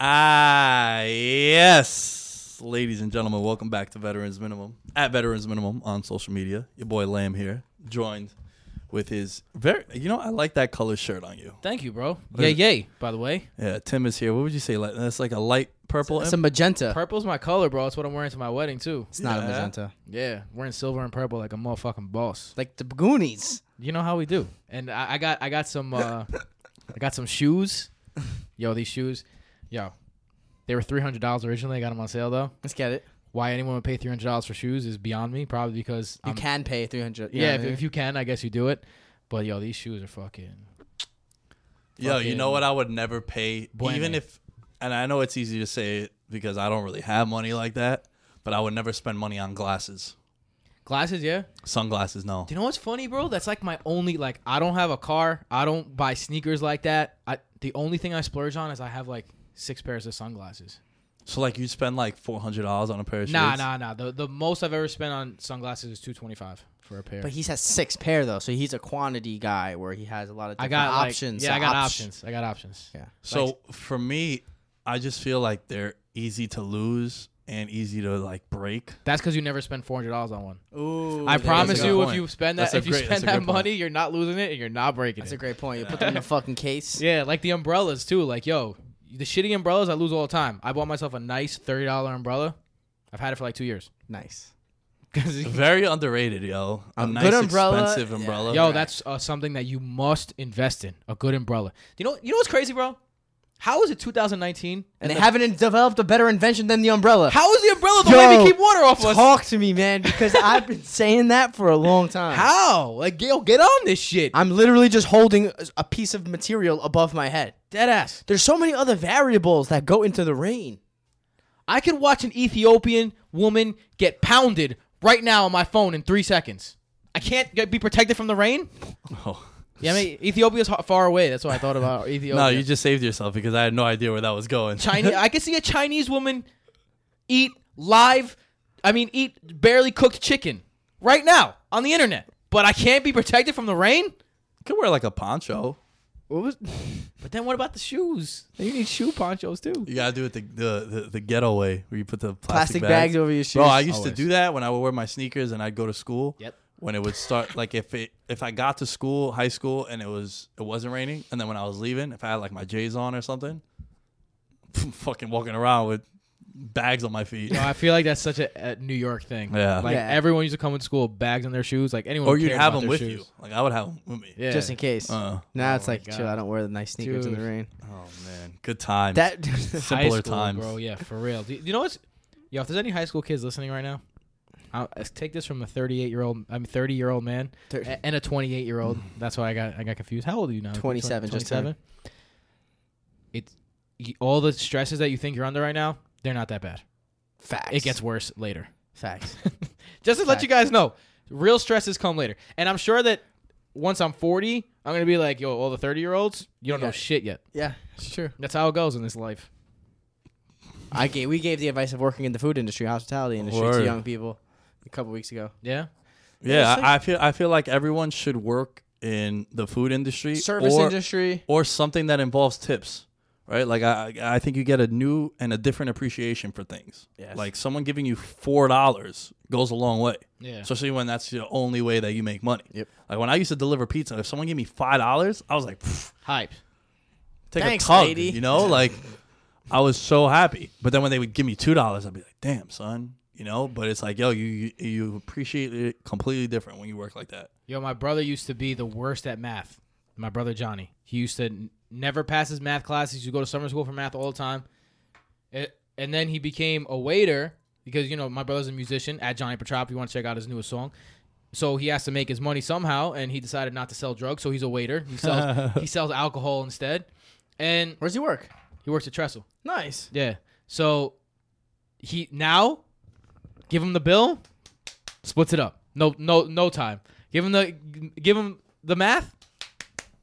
Ah, yes. Ladies and gentlemen, welcome back to Veterans Minimum. At Veterans Minimum on social media. Your boy Lamb here, joined with his very, you know, I like that color shirt on you. Thank you, bro. Yay, yay, by the way. Yeah, Tim is here. What would you say? Like, that's like a light purple. It's a imp- magenta. Purple's my color, bro. It's what I'm wearing to my wedding, too. it's not Yeah. a magenta. Yeah, wearing silver and purple like a motherfucking boss. Like the Goonies. You know how we do. And I, I got I got some uh I got some shoes. Yo, these shoes. Yo. They were three hundred dollars originally. I got them on sale though. Let's get it. Why anyone would pay three hundred dollars for shoes is beyond me. Probably because You I'm- can pay three hundred. Um, Yeah, if, if you can, I guess you do it. But yo, these shoes are fucking. Yo, you know fucking what? I would never pay, Bueno. even if, and I know it's easy to say it because I don't really have money like that, but I would never spend money on glasses. Glasses, yeah. Sunglasses, no. Do you know what's funny, bro? That's like my only like I don't have a car. I don't buy sneakers like that. I the only thing I splurge on is I have like six pairs of sunglasses. So, like, you spend like $400 on a pair of shoes? Nah, nah, nah. The the most I've ever spent on sunglasses is two twenty five for a pair. But he has six pair though, so he's a quantity guy where he has a lot of I different got like- options. yeah, I got Opt- options. I got options. Yeah. So for me, I just feel like they're easy to lose and easy to like break. That's because you never spend four hundred dollars on one. Ooh, I that's promise a you, good if point. you spend That's that, a if you great- that's spend a that good point. money, you're not losing it and you're not breaking that's it. a great point. You put them in a fucking case. Yeah, like the umbrellas too. Like, yo, the shitty umbrellas I lose all the time. I bought myself a nice thirty dollar umbrella. I've had it for like two years. Nice. 'Cause- Very underrated, yo. A Um, nice, good umbrella, expensive yeah. umbrella. yo, that's uh, something that you must invest in. A good umbrella. You know, you know what's crazy, bro? How is it 2019? And, they the- haven't developed a better invention than the umbrella. How is the umbrella the Yo, way they keep water off us? Talk to me, man, because I've been saying that for a long time. How? Like, yo, get on this shit. I'm literally just holding a- a piece of material above my head. dead ass. There's so many other variables that go into the rain. I could watch an Ethiopian woman get pounded right now on my phone in three seconds. I can't get, be protected from the rain. Oh. Yeah, I mean Ethiopia's ho- far away. That's what I thought about Ethiopia. No, you just saved yourself because I had no idea where that was going. Chinese. I could see a Chinese woman eat live. I mean, eat barely cooked chicken right now on the internet. But I can't be protected from the rain. Could wear like a poncho. What was? But then what about the shoes? You need shoe ponchos too. You gotta do it the the, the, the ghetto way where you put the plastic, Plastic bags over your Bro, shoes. I used to Always. do that when I would wear my sneakers and I'd go to school. Yep. When it would start, like if it if I got to school, high school, and it was it wasn't raining, and then when I was leaving, if I had like my J's on or something, fucking walking around with bags on my feet. I feel like that's such a, a New York thing. Yeah. like Yeah. everyone used to come in school with bags on their shoes. Like anyone, or who you'd cared have about them their with shoes. you. Like I would have them with me. Yeah, just in case. Uh, now it's like, Oh God. chill. I don't wear the nice sneakers in Dude. the rain. oh man, good time. That High simpler school, times. bro. Yeah, for real. Do you, you know what's? Yo, if there's any high school kids listening right now, I'll, I'll take this from a 38 year old. I'm 30 year old man Thir- a- and a 28 year old. That's why I got I got confused. How old are you now? 27, Mm. just turned. It's you, all the stresses that you think you're under right now. They're not that bad. Facts. It gets worse later. facts. Just to let you guys know, real stresses come later. And I'm sure that once I'm 40, I'm gonna be like, yo, all the 30 year olds, you don't know Yeah. shit yet. yeah, it's true. That's how it goes in this life. I gave we gave the advice of working in the food industry, hospitality industry to Word. young people a couple weeks ago. Yeah. Yeah, I, I feel I feel like everyone should work in the food industry, Service or, industry. or something that involves tips, right? Like I I I think you get a new and a different appreciation for things. Yes. Like someone giving you four dollars goes a long way. Yeah. Especially when that's the only way that you make money. Yep. Like when I used to deliver pizza, if someone gave me five dollars, I was like, "Pff, Hype. take Thanks, a tug, lady. you know, like I was so happy. But then when they would give me two dollars, I'd be like, damn, son, you know. But it's like, yo, you you, you appreciate it completely different when you work like that. Yo, my brother used to be the worst at math. My brother Johnny. He used to n- never pass his math classes. He used to go to summer school for math all the time. A- and then he became a waiter because, you know, my brother's a musician at Johnny Petrop. If you want to check out his newest song. So he has to make his money somehow, and he decided not to sell drugs. So he's a waiter. He sells, he sells alcohol instead. And Where's he work? he works at Trestle. Nice. Yeah. So he now give him the bill, splits it up. No no no time. Give him the give him the math,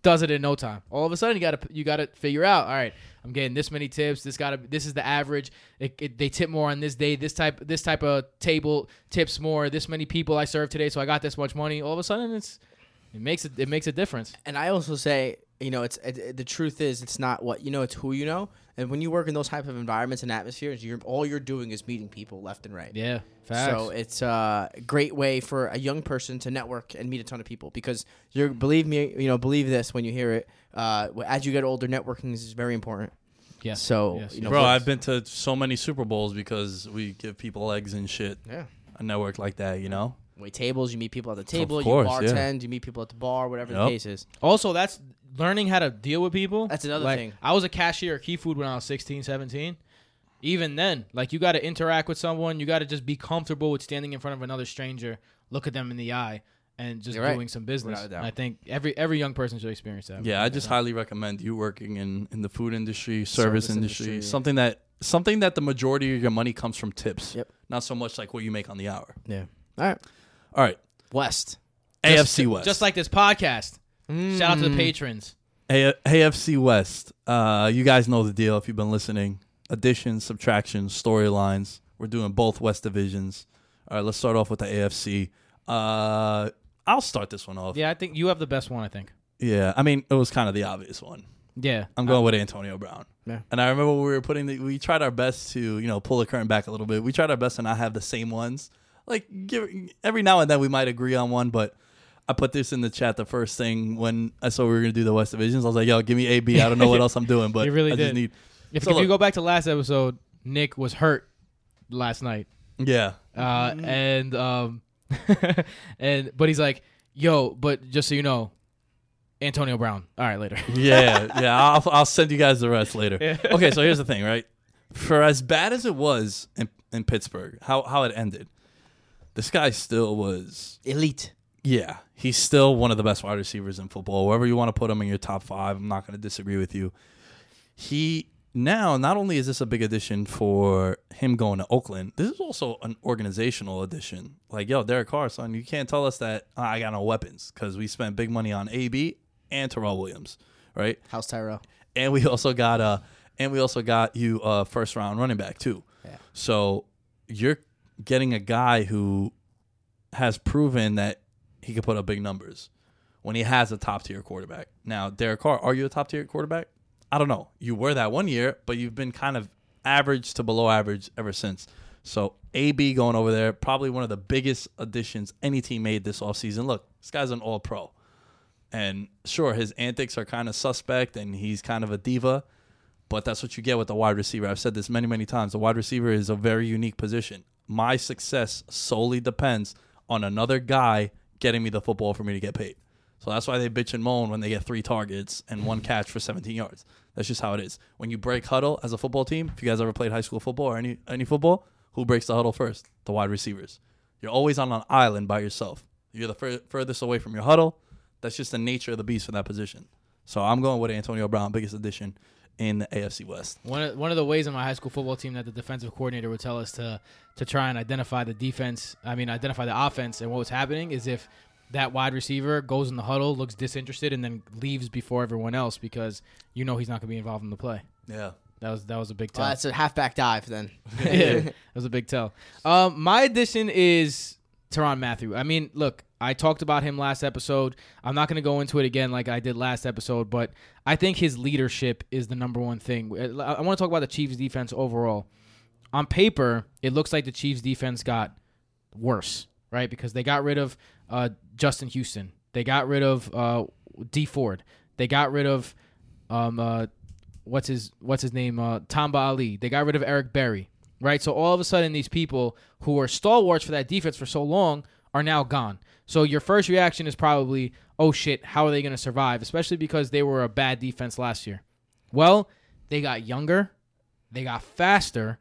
does it in no time. All of a sudden you got to you got to figure out, all right, I'm getting this many tips. This got to this is the average. It, it, they tip more on this day. This type this type of table tips more. This many people I served today, so I got this much money. All of a sudden it's it makes it it makes a difference. And I also say, you know, it's it, it- the truth is, it's not what you know, it's who you know. And when you work in those type of environments and atmospheres, you're all you're doing is meeting people left and right. Yeah. So it's uh, a great way for a young person to network and meet a ton of people because you believe me, you know, believe this when you hear it. Uh, as you get older, networking is very important. yeah. So you know, Bro, what- I've been to so many Super Bowls because we give people eggs and shit. yeah. A network like that, you know? Wait tables, you meet people at the table, course, you yeah. bartend, you meet people at the bar, whatever the Yup. case is. Also, that's learning how to deal with people. That's another Like, thing. I was a cashier at Key Food when I was 16, 17. Even then, like you got to interact with someone, you got to just be comfortable with standing in front of another stranger, look at them in the eye, and just You're right. doing some business. Without a doubt. And I think every every young person should experience that. Yeah, I just highly recommend you working in, in the food industry, service, Service industry, industry. something that something that the majority of your money comes from tips. Yep. Not so much like what you make on the hour. Yeah. All right. All right. West. AFC West. Just like this podcast. Shout out Mm. to the patrons. A- AFC West. Uh, you guys know the deal if you've been listening. Additions, subtractions, storylines. We're doing both West divisions. All right, let's start off with the AFC. Uh, I'll start this one off. Yeah, I think you have the best one. I think. Yeah, I mean, it was kind of the obvious one. Yeah. I'm going with Antonio Brown. Yeah. And I remember we were putting the, we tried our best to, you know, pull the curtain back a little bit. We tried our best to not have the same ones. Like give, every now and then we might agree on one, but I put this in the chat the first thing when I saw we were going to do the West Divisions. I was like, yo, give me AB. I don't know what else I'm doing, but You really I did. just need. If, So if you look- go back to last episode, Nick was hurt last night. Yeah. uh, Mm-hmm. and um, and but he's like, "Yo, but just so you know, Antonio Brown." All right, later. Mm-hmm. yeah, yeah. I'll, I'll send you guys the rest later. Okay, so here's the thing, right? For as bad as it was in, in Pittsburgh, how, how it ended, this guy still was Elite. Yeah, he's still one of the best wide receivers in football. Wherever you want to put him in your top five, I'm not going to disagree with you. He now not only is this a big addition for him going to Oakland, this is also an organizational addition. Like, yo, Derek Carr, son, you can't tell us that "Ah, I got no weapons because we spent big money on AB and Terrell Williams, right? House Tyrell. and we also got uh and we also got you a first round running back too. Yeah. So you're getting a guy who has proven that he can put up big numbers when he has a top tier quarterback. Now, Derek Carr, are you a top tier quarterback? I don't know. You were that one year, but you've been kind of average to below average ever since. So AB going over there, probably one of the biggest additions any team made this offseason. Look, this guy's an all pro. And sure, his antics are kind of suspect and he's kind of a diva, but that's what you get with a wide receiver. I've said this many, many times. The wide receiver is a very unique position. My success solely depends on another guy getting me the football for me to get paid. So that's why they bitch and moan when they get three targets and one catch for 17 yards. That's just how it is. When you break huddle as a football team, if you guys ever played high school football or any any football, who breaks the huddle first? The wide receivers. You're always on an island by yourself. You're the fur- furthest away from your huddle. That's just the nature of the beast for that position. So I'm going with Antonio Brown, biggest addition in the AFC West. One of, one of the ways on my high school football team that the defensive coordinator would tell us to to try and identify the defense, I mean identify the offense and what was happening is if that wide receiver goes in the huddle, looks disinterested, and then leaves before everyone else because you know he's not going to be involved in the play. Yeah. That was that was a big tell. Well, that's a halfback dive then. yeah, that was a big tell. Um, my addition is Teron Matthew. I mean, look, I talked about him last episode. I'm not going to go into it again like I did last episode, but I think his leadership is the number one thing. I- I want to talk about the Chiefs' defense overall. On paper, it looks like the Chiefs' defense got worse, right? Because they got rid of uh, Justin Houston. They got rid of uh, D Ford. They got rid of um, uh, what's his what's his name uh, Tamba Ali. They got rid of Eric Berry, right? So all of a sudden, these people who were stalwarts for that defense for so long are now gone. So your first reaction is probably, "Oh shit, how are they going to survive?" Especially because they were a bad defense last year. Well, they got younger, they got faster,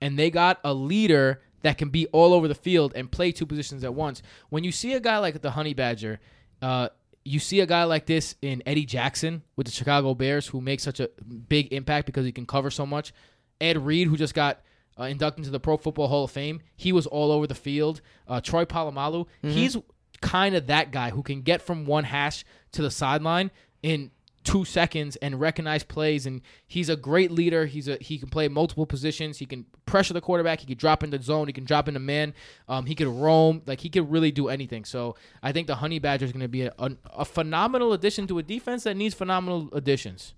and they got a leader that can be all over the field and play two positions at once. When you see a guy like the Honey Badger, uh, you see a guy like this in Eddie Jackson with the Chicago Bears, who makes such a big impact because he can cover so much. Ed Reed, who just got uh, inducted into the Pro Football Hall of Fame, he was all over the field. Uh, Troy Polamalu, he's kind of that guy who can get from one hash to the sideline in two seconds and recognize plays and he's a great leader he's a he can play multiple positions he can pressure the quarterback he can drop into zone he can drop into man um, he could roam like he could really do anything so i think the honey badger is going to be a, a, a phenomenal addition to a defense that needs phenomenal additions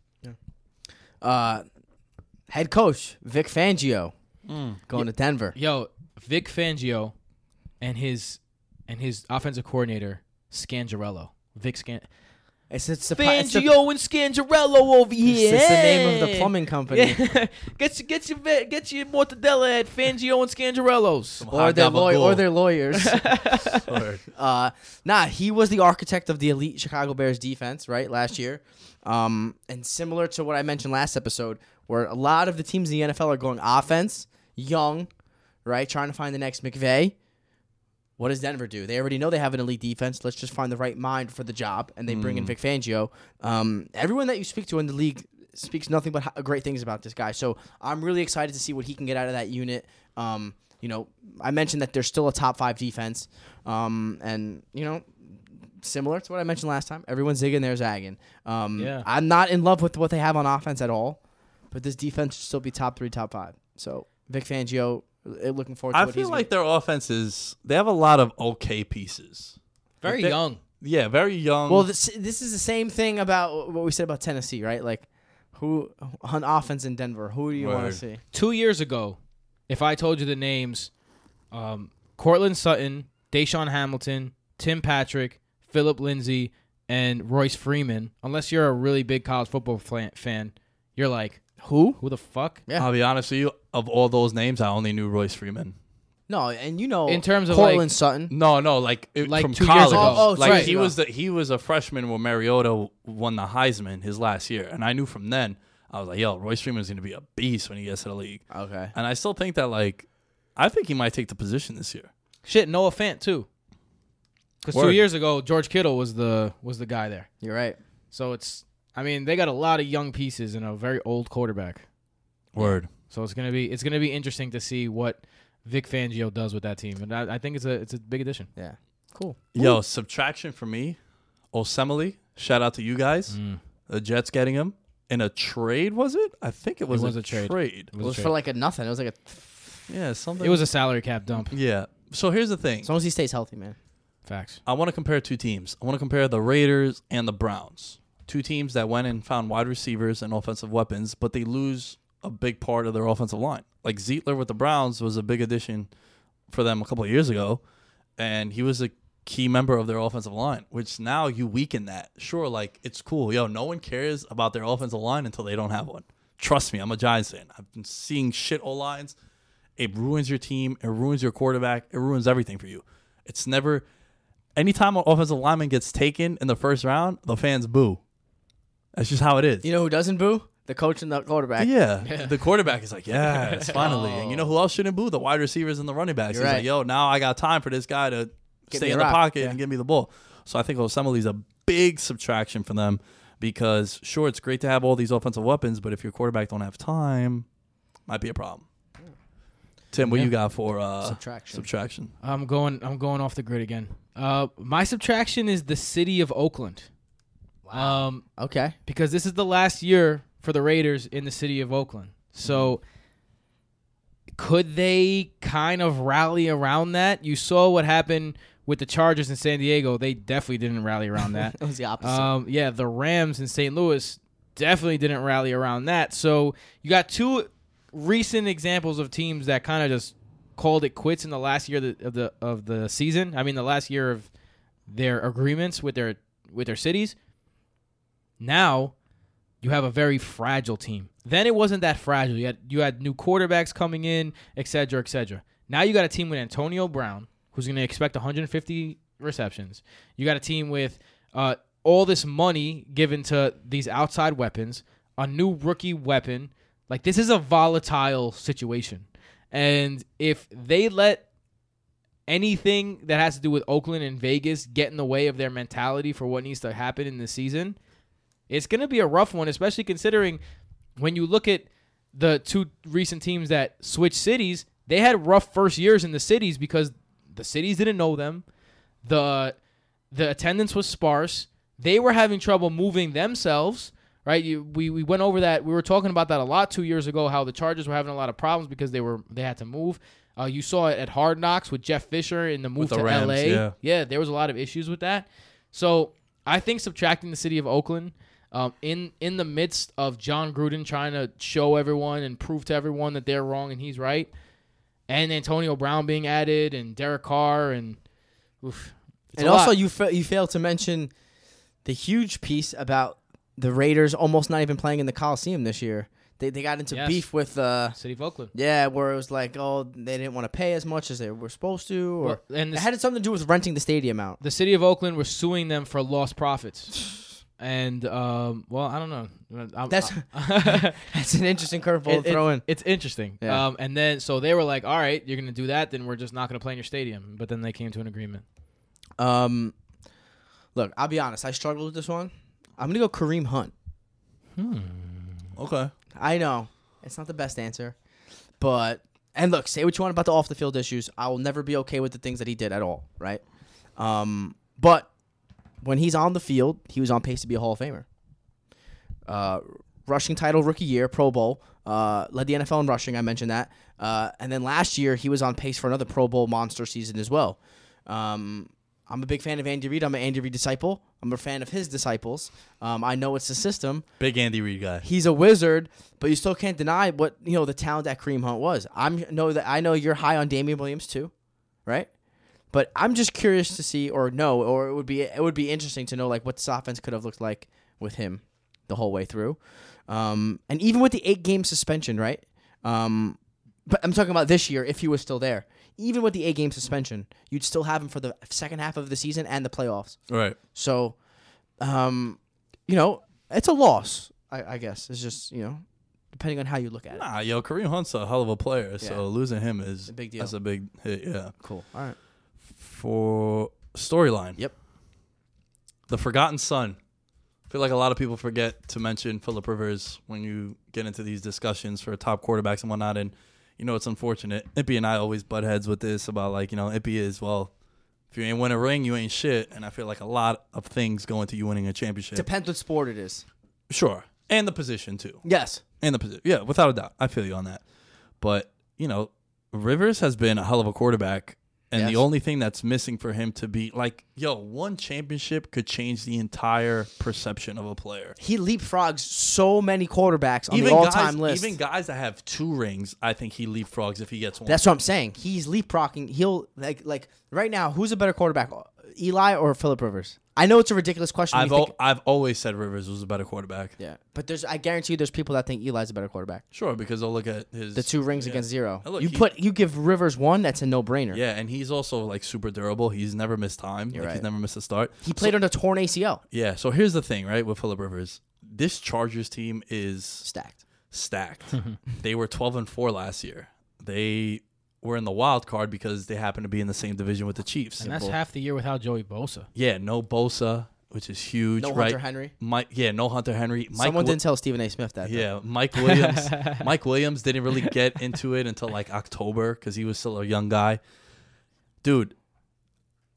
Uh, head coach Vic Fangio going to Denver. yo vic fangio and his and his offensive coordinator scangarello vic scan It's, it's the pi- it's the- fangio and scangarello over it's here the name of the plumbing company. Yeah. get your get your ve- get your mortadella at Fangio and Scangarello's. Or their, law- Hobgoblin. or their lawyers. Word. Uh, nah, he was the architect of the elite Chicago Bears defense, right, last year. Um, and similar to what I mentioned last episode, where a lot of the teams in the NFL are going offense, young, right, trying to find the next McVay. What does Denver do? They already know they have an elite defense. Let's just find the right mind for the job, and they bring Mm. in Vic Fangio. Um, everyone that you speak to in the league speaks nothing but ho- great things about this guy. So I'm really excited to see what he can get out of that unit. Um, you know, I mentioned that they're still a top five defense, um, and you know, similar to what I mentioned last time, everyone's zigging, they're zagging. Um, Yeah. I'm not in love with what they have on offense at all, but this defense should still be top three, top five. So Vic Fangio, uh, looking forward. to I what feel he's like their offense is they have a lot of okay pieces. Very They- young. Yeah, very young. Um, Well, this this is the same thing about what we said about Tennessee, right? Like, who on offense in Denver? Who do you want Word. to see? Two years ago, if I told you the names, um, Cortland Sutton, Deshaun Hamilton, Tim Patrick, Philip Lindsay, and Royce Freeman, unless you're a really big college football flan- fan, you're like, Who? who the fuck? yeah. I'll be honest with you. Of all those names, I only knew Royce Freeman. No, and you know, In terms of, Cortland like- Sutton, No, no, like it, Like from two years college. ago. Oh, oh, like right. he was the, he was a freshman when Mariota won the Heisman his last year, and I knew from then I was like, yo, Royce Freeman's gonna be a beast when he gets to the league. okay, And I still think that like, I think he might take the position this year. Shit, Noah Fant too. Because two Word. years ago, George Kittle was the was the guy there. you're right. So it's, I mean, they got a lot of young pieces and a very old quarterback. Word. So it's gonna be it's gonna be interesting to see what Vic Fangio does with that team, and I, I think it's a it's a big addition. Yeah, cool. Yo, subtraction for me, Osemele. Shout out to you guys. The Jets getting him in a trade. Was it? I think it was, was a trade. trade. It was for like a nothing. It was like a, Yeah, something. It was a salary cap dump. Yeah. So here's the thing. as long as he stays healthy, man. Facts. I want to compare two teams. I want to compare the Raiders and the Browns. Two teams that went and found wide receivers and offensive weapons, but they lose a big part of their offensive line. Like Zietler with the Browns was a big addition for them a couple of years ago, and he was a key member of their offensive line, which now you weaken that. Sure, like it's cool. Yo, no one cares about their offensive line until they don't have one. Trust me, I'm a Giants fan. I've been seeing shit O lines. It ruins your team, it ruins your quarterback, it ruins everything for you. It's never anytime an offensive lineman gets taken in the first round, the fans boo. That's just how it is. You know who doesn't boo? The coach and the quarterback. Yeah. The quarterback is like, yes, finally. And you know who else shouldn't boo? The wide receivers and the running backs. You're He's right. like, yo, now I got time for this guy to Give me stay a in the rock. pocket Yeah. and give me the ball. So I think Osamuli's a big subtraction for them because sure, it's great to have all these offensive weapons, but if your quarterback don't have time, might be a problem. Tim, what you got for uh, Subtraction. Subtraction. I'm going. I'm going off the grid again. Uh, my subtraction is the city of Oakland. Wow. Um, Okay. because this is the last year for the Raiders in the city of Oakland. So could they kind of rally around that? You saw what happened with the Chargers in San Diego. They definitely didn't rally around that. It was the opposite. Um, yeah, the Rams in St. Louis definitely didn't rally around that. So you got two recent examples of teams that kind of just called it quits in the last year of the, of the of the season. I mean, the last year of their agreements with their with their cities. Now, you have a very fragile team. Then it wasn't that fragile. You had you had new quarterbacks coming in, et cetera, et cetera. Now you got a team with Antonio Brown, who's going to expect 150 receptions. You got a team with uh, all this money given to these outside weapons, a new rookie weapon. Like this is a volatile situation, and if they let anything that has to do with Oakland and Vegas get in the way of their mentality for what needs to happen in the season, it's going to be a rough one, especially considering when you look at the two recent teams that switched cities, they had rough first years in the cities because the cities didn't know them. The the attendance was sparse. They were having trouble moving themselves, right? You, we, we went over that. We were talking about that a lot two years ago. How the Chargers were having a lot of problems because they were they had to move. Uh, you saw it at Hard Knocks with Jeff Fisher in the move the to Rams, LA. yeah. yeah, there was a lot of issues with that. So I think subtracting the city of Oakland um, in in the midst of John Gruden trying to show everyone and prove to everyone that they're wrong and he's right, and Antonio Brown being added and Derek Carr and oof, it's and a also, lot. you fa- you failed to mention the huge piece about the Raiders almost not even playing in the Coliseum this year. They they got into Yes. beef with uh city of Oakland. yeah, where it was like oh they didn't want to pay as much as they were supposed to, or Well, and it the, had something to do with renting the stadium out. the city of Oakland was suing them for lost profits, and um, well, I don't know. I'm- That's- I- That's an interesting curveball It- to it- throw in. It's interesting. Yeah. Um, and then so they were like, "All right, you're gonna do that. Then we're just not gonna play in your stadium." But then they came to an agreement. Um, look, I'll be honest. I struggled with this one. I'm gonna go Kareem Hunt. Okay. I know it's not the best answer, but and look, say what you want about the off the field issues. I will never be okay with the things that he did at all, right? Um, but when he's on the field, he was on pace to be a Hall of Famer. Uh, rushing title rookie year, Pro Bowl, uh, led the NFL in rushing. I mentioned that, uh, and then last year he was on pace for another Pro Bowl monster season as well. Um, I'm a big fan of Andy Reid. I'm an Andy Reid disciple. I'm a fan of his disciples. Um, I know it's the system, Big Andy Reid guy. he's a wizard, but you still can't deny what you know the talent that Kareem Hunt was. I'm know that I know you're high on Damian Williams too, right? But I'm just curious to see or know, or it would be it would be interesting to know like what this offense could have looked like with him the whole way through, um, and even with the eight game suspension, right? Um, but I'm talking about this year if he was still there. Even with the eight game suspension, you'd still have him for the second half of the season and the playoffs. Right. So, um, you know, it's a loss. I, I guess it's just you know, depending on how you look at it. Nah, yo, Kareem Hunt's a hell of a player. So losing him is a big deal. That's a big hit. Yeah. Cool. All right. for storyline. Yep. The Forgotten Son. I feel like a lot of people forget to mention Philip Rivers when you get into these discussions for top quarterbacks and whatnot. And you know it's unfortunate. Ippy and I always butt heads with this about like you know Ippy is well, if you ain't win a ring, you ain't shit. And I feel like a lot of things go into you winning a championship. Depends what sport it is. sure, and the position too. Yes. And the position. Yeah, without a doubt. I feel you on that. But, you know, Rivers has been a hell of a quarterback. And Yes. the only thing that's missing for him to be like, yo, one championship could change the entire perception of a player. He leapfrogs so many quarterbacks on the all-time guys, list. even guys that have two rings, I think he leapfrogs if he gets one. That's what I'm saying. He's leapfrogging. He'll like like right now. Who's a better quarterback, Eli or Philip Rivers? I know it's a ridiculous question. when I've you think- al- I've always said Rivers was a better quarterback. yeah, but there's I guarantee you there's people that think Eli's a better quarterback. Sure, because they'll look at his The two rings against zero. Oh, look, you he- put you give Rivers one. That's a no-brainer. Yeah, and he's also like super durable. He's never missed time. Like, right. He's never missed a start. He played on a torn ACL. Yeah. So here's the thing, right? With Philip Rivers, this Chargers team is Stacked. stacked. they were 12 and 4 last year. They were in the wild card because they happened to be in the same division with the Chiefs. And that's half the year without Joey Bosa. yeah, no Bosa, which is huge, No right? Hunter Henry. Mike, yeah, no Hunter Henry. Mike Someone Wi- didn't tell Stephen A. Smith that. though. Yeah, Mike Williams. Mike Williams didn't really get into it until like October because he was still a young guy. Dude,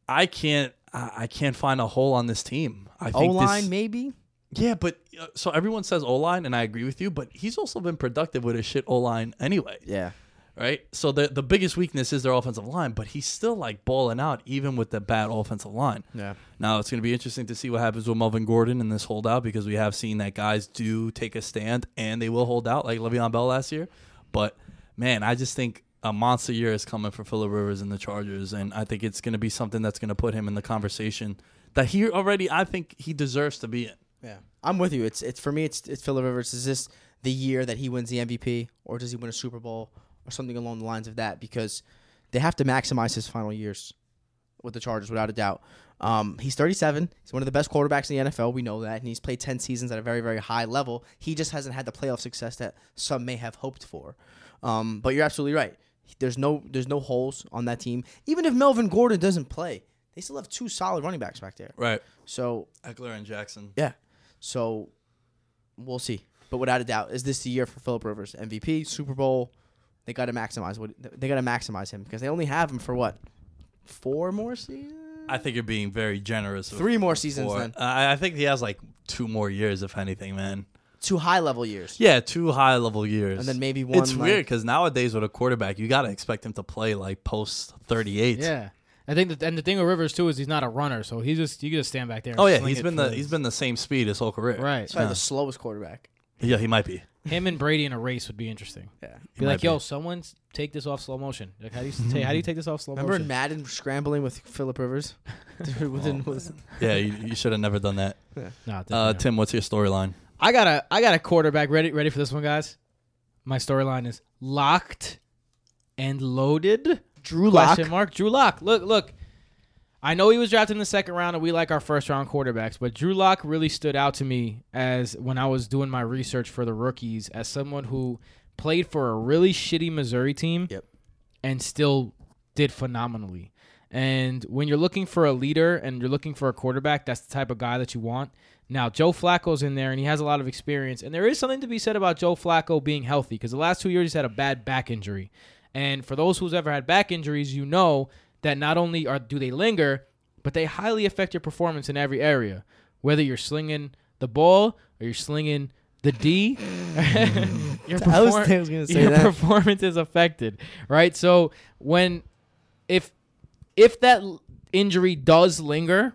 I can't. I I can't find a hole on this team. I O think line this, maybe. yeah, but uh, so everyone says O line, and I agree with you. But he's also been productive with his shit O line anyway, Yeah. right? So the the biggest weakness is their offensive line, but he's still like balling out even with the bad offensive line. Yeah. Now it's going to be interesting to see what happens with Melvin Gordon in this holdout because we have seen that guys do take a stand and they will hold out like Le'Veon Bell last year. But man, I just think a monster year is coming for Phillip Rivers and the Chargers, and I think it's going to be something that's going to put him in the conversation that he already I think he deserves to be in. Yeah. I'm with you. It's it's for me. It's it's Phillip Rivers. Is this the year that he wins the MVP, or does he win a Super Bowl, or something along the lines of that? Because they have to maximize his final years with the Chargers, without a doubt. Um, he's 37. He's one of the best quarterbacks in the NFL. We know that, and he's played 10 seasons at a very very high level. He just hasn't had the playoff success that some may have hoped for. Um, but you're absolutely right. There's no there's no holes on that team. Even if Melvin Gordon doesn't play, they still have two solid running backs back there. Right, So Eckler and Jackson. yeah. So we'll see. But without a doubt, is this the year for Philip Rivers? MVP, Super Bowl. They got to maximize what they got to maximize him because they only have him for what four more seasons, I think you're being very generous. with three more seasons. four. Uh, Then I, I think he has like two more years, if anything, man. two high level years. Yeah, two high level years, And then maybe It's one, like- weird because nowadays with a quarterback, you gotta expect him to play like post thirty eight. Yeah. I think that, and the thing with Rivers too is he's not a runner, so he just you can just stand back there. And Oh yeah, sling he's it been for the he's been the same speed his whole career. right. Sorry, the slowest quarterback. Yeah, he might be. Him and Brady in a race would be interesting. Yeah. Be like, might yo, someone take this off slow motion. Like, how do you ta- how do you take this off slow Remember Oh. in motion? Madden scrambling with Philip Rivers? Dude, within- within- Yeah, you, you should have never done that. Nah, Uh, definitely not. Tim, what's your storyline? I got a I got a quarterback ready ready for this one, guys. My storyline is locked and loaded. Drew Lock. Question mark. Drew Lock. Look, look. I know he was drafted in the second round, and we like our first round quarterbacks, but Drew Lock really stood out to me as when I was doing my research for the rookies as someone who played for a really shitty Missouri team Yep. and still did phenomenally. And when you're looking for a leader and you're looking for a quarterback, that's the type of guy that you want. Now, Joe Flacco's in there and he has a lot of experience. And there is something to be said about Joe Flacco being healthy because the last two years he's had a bad back injury. And for those who's ever had back injuries, you know that not only are do they linger, but they highly affect your performance in every area. Whether you're slinging the ball or you're slinging the D, your, I was- perform- I was gonna say your that. performance is affected, right? So when if if that l- injury does linger,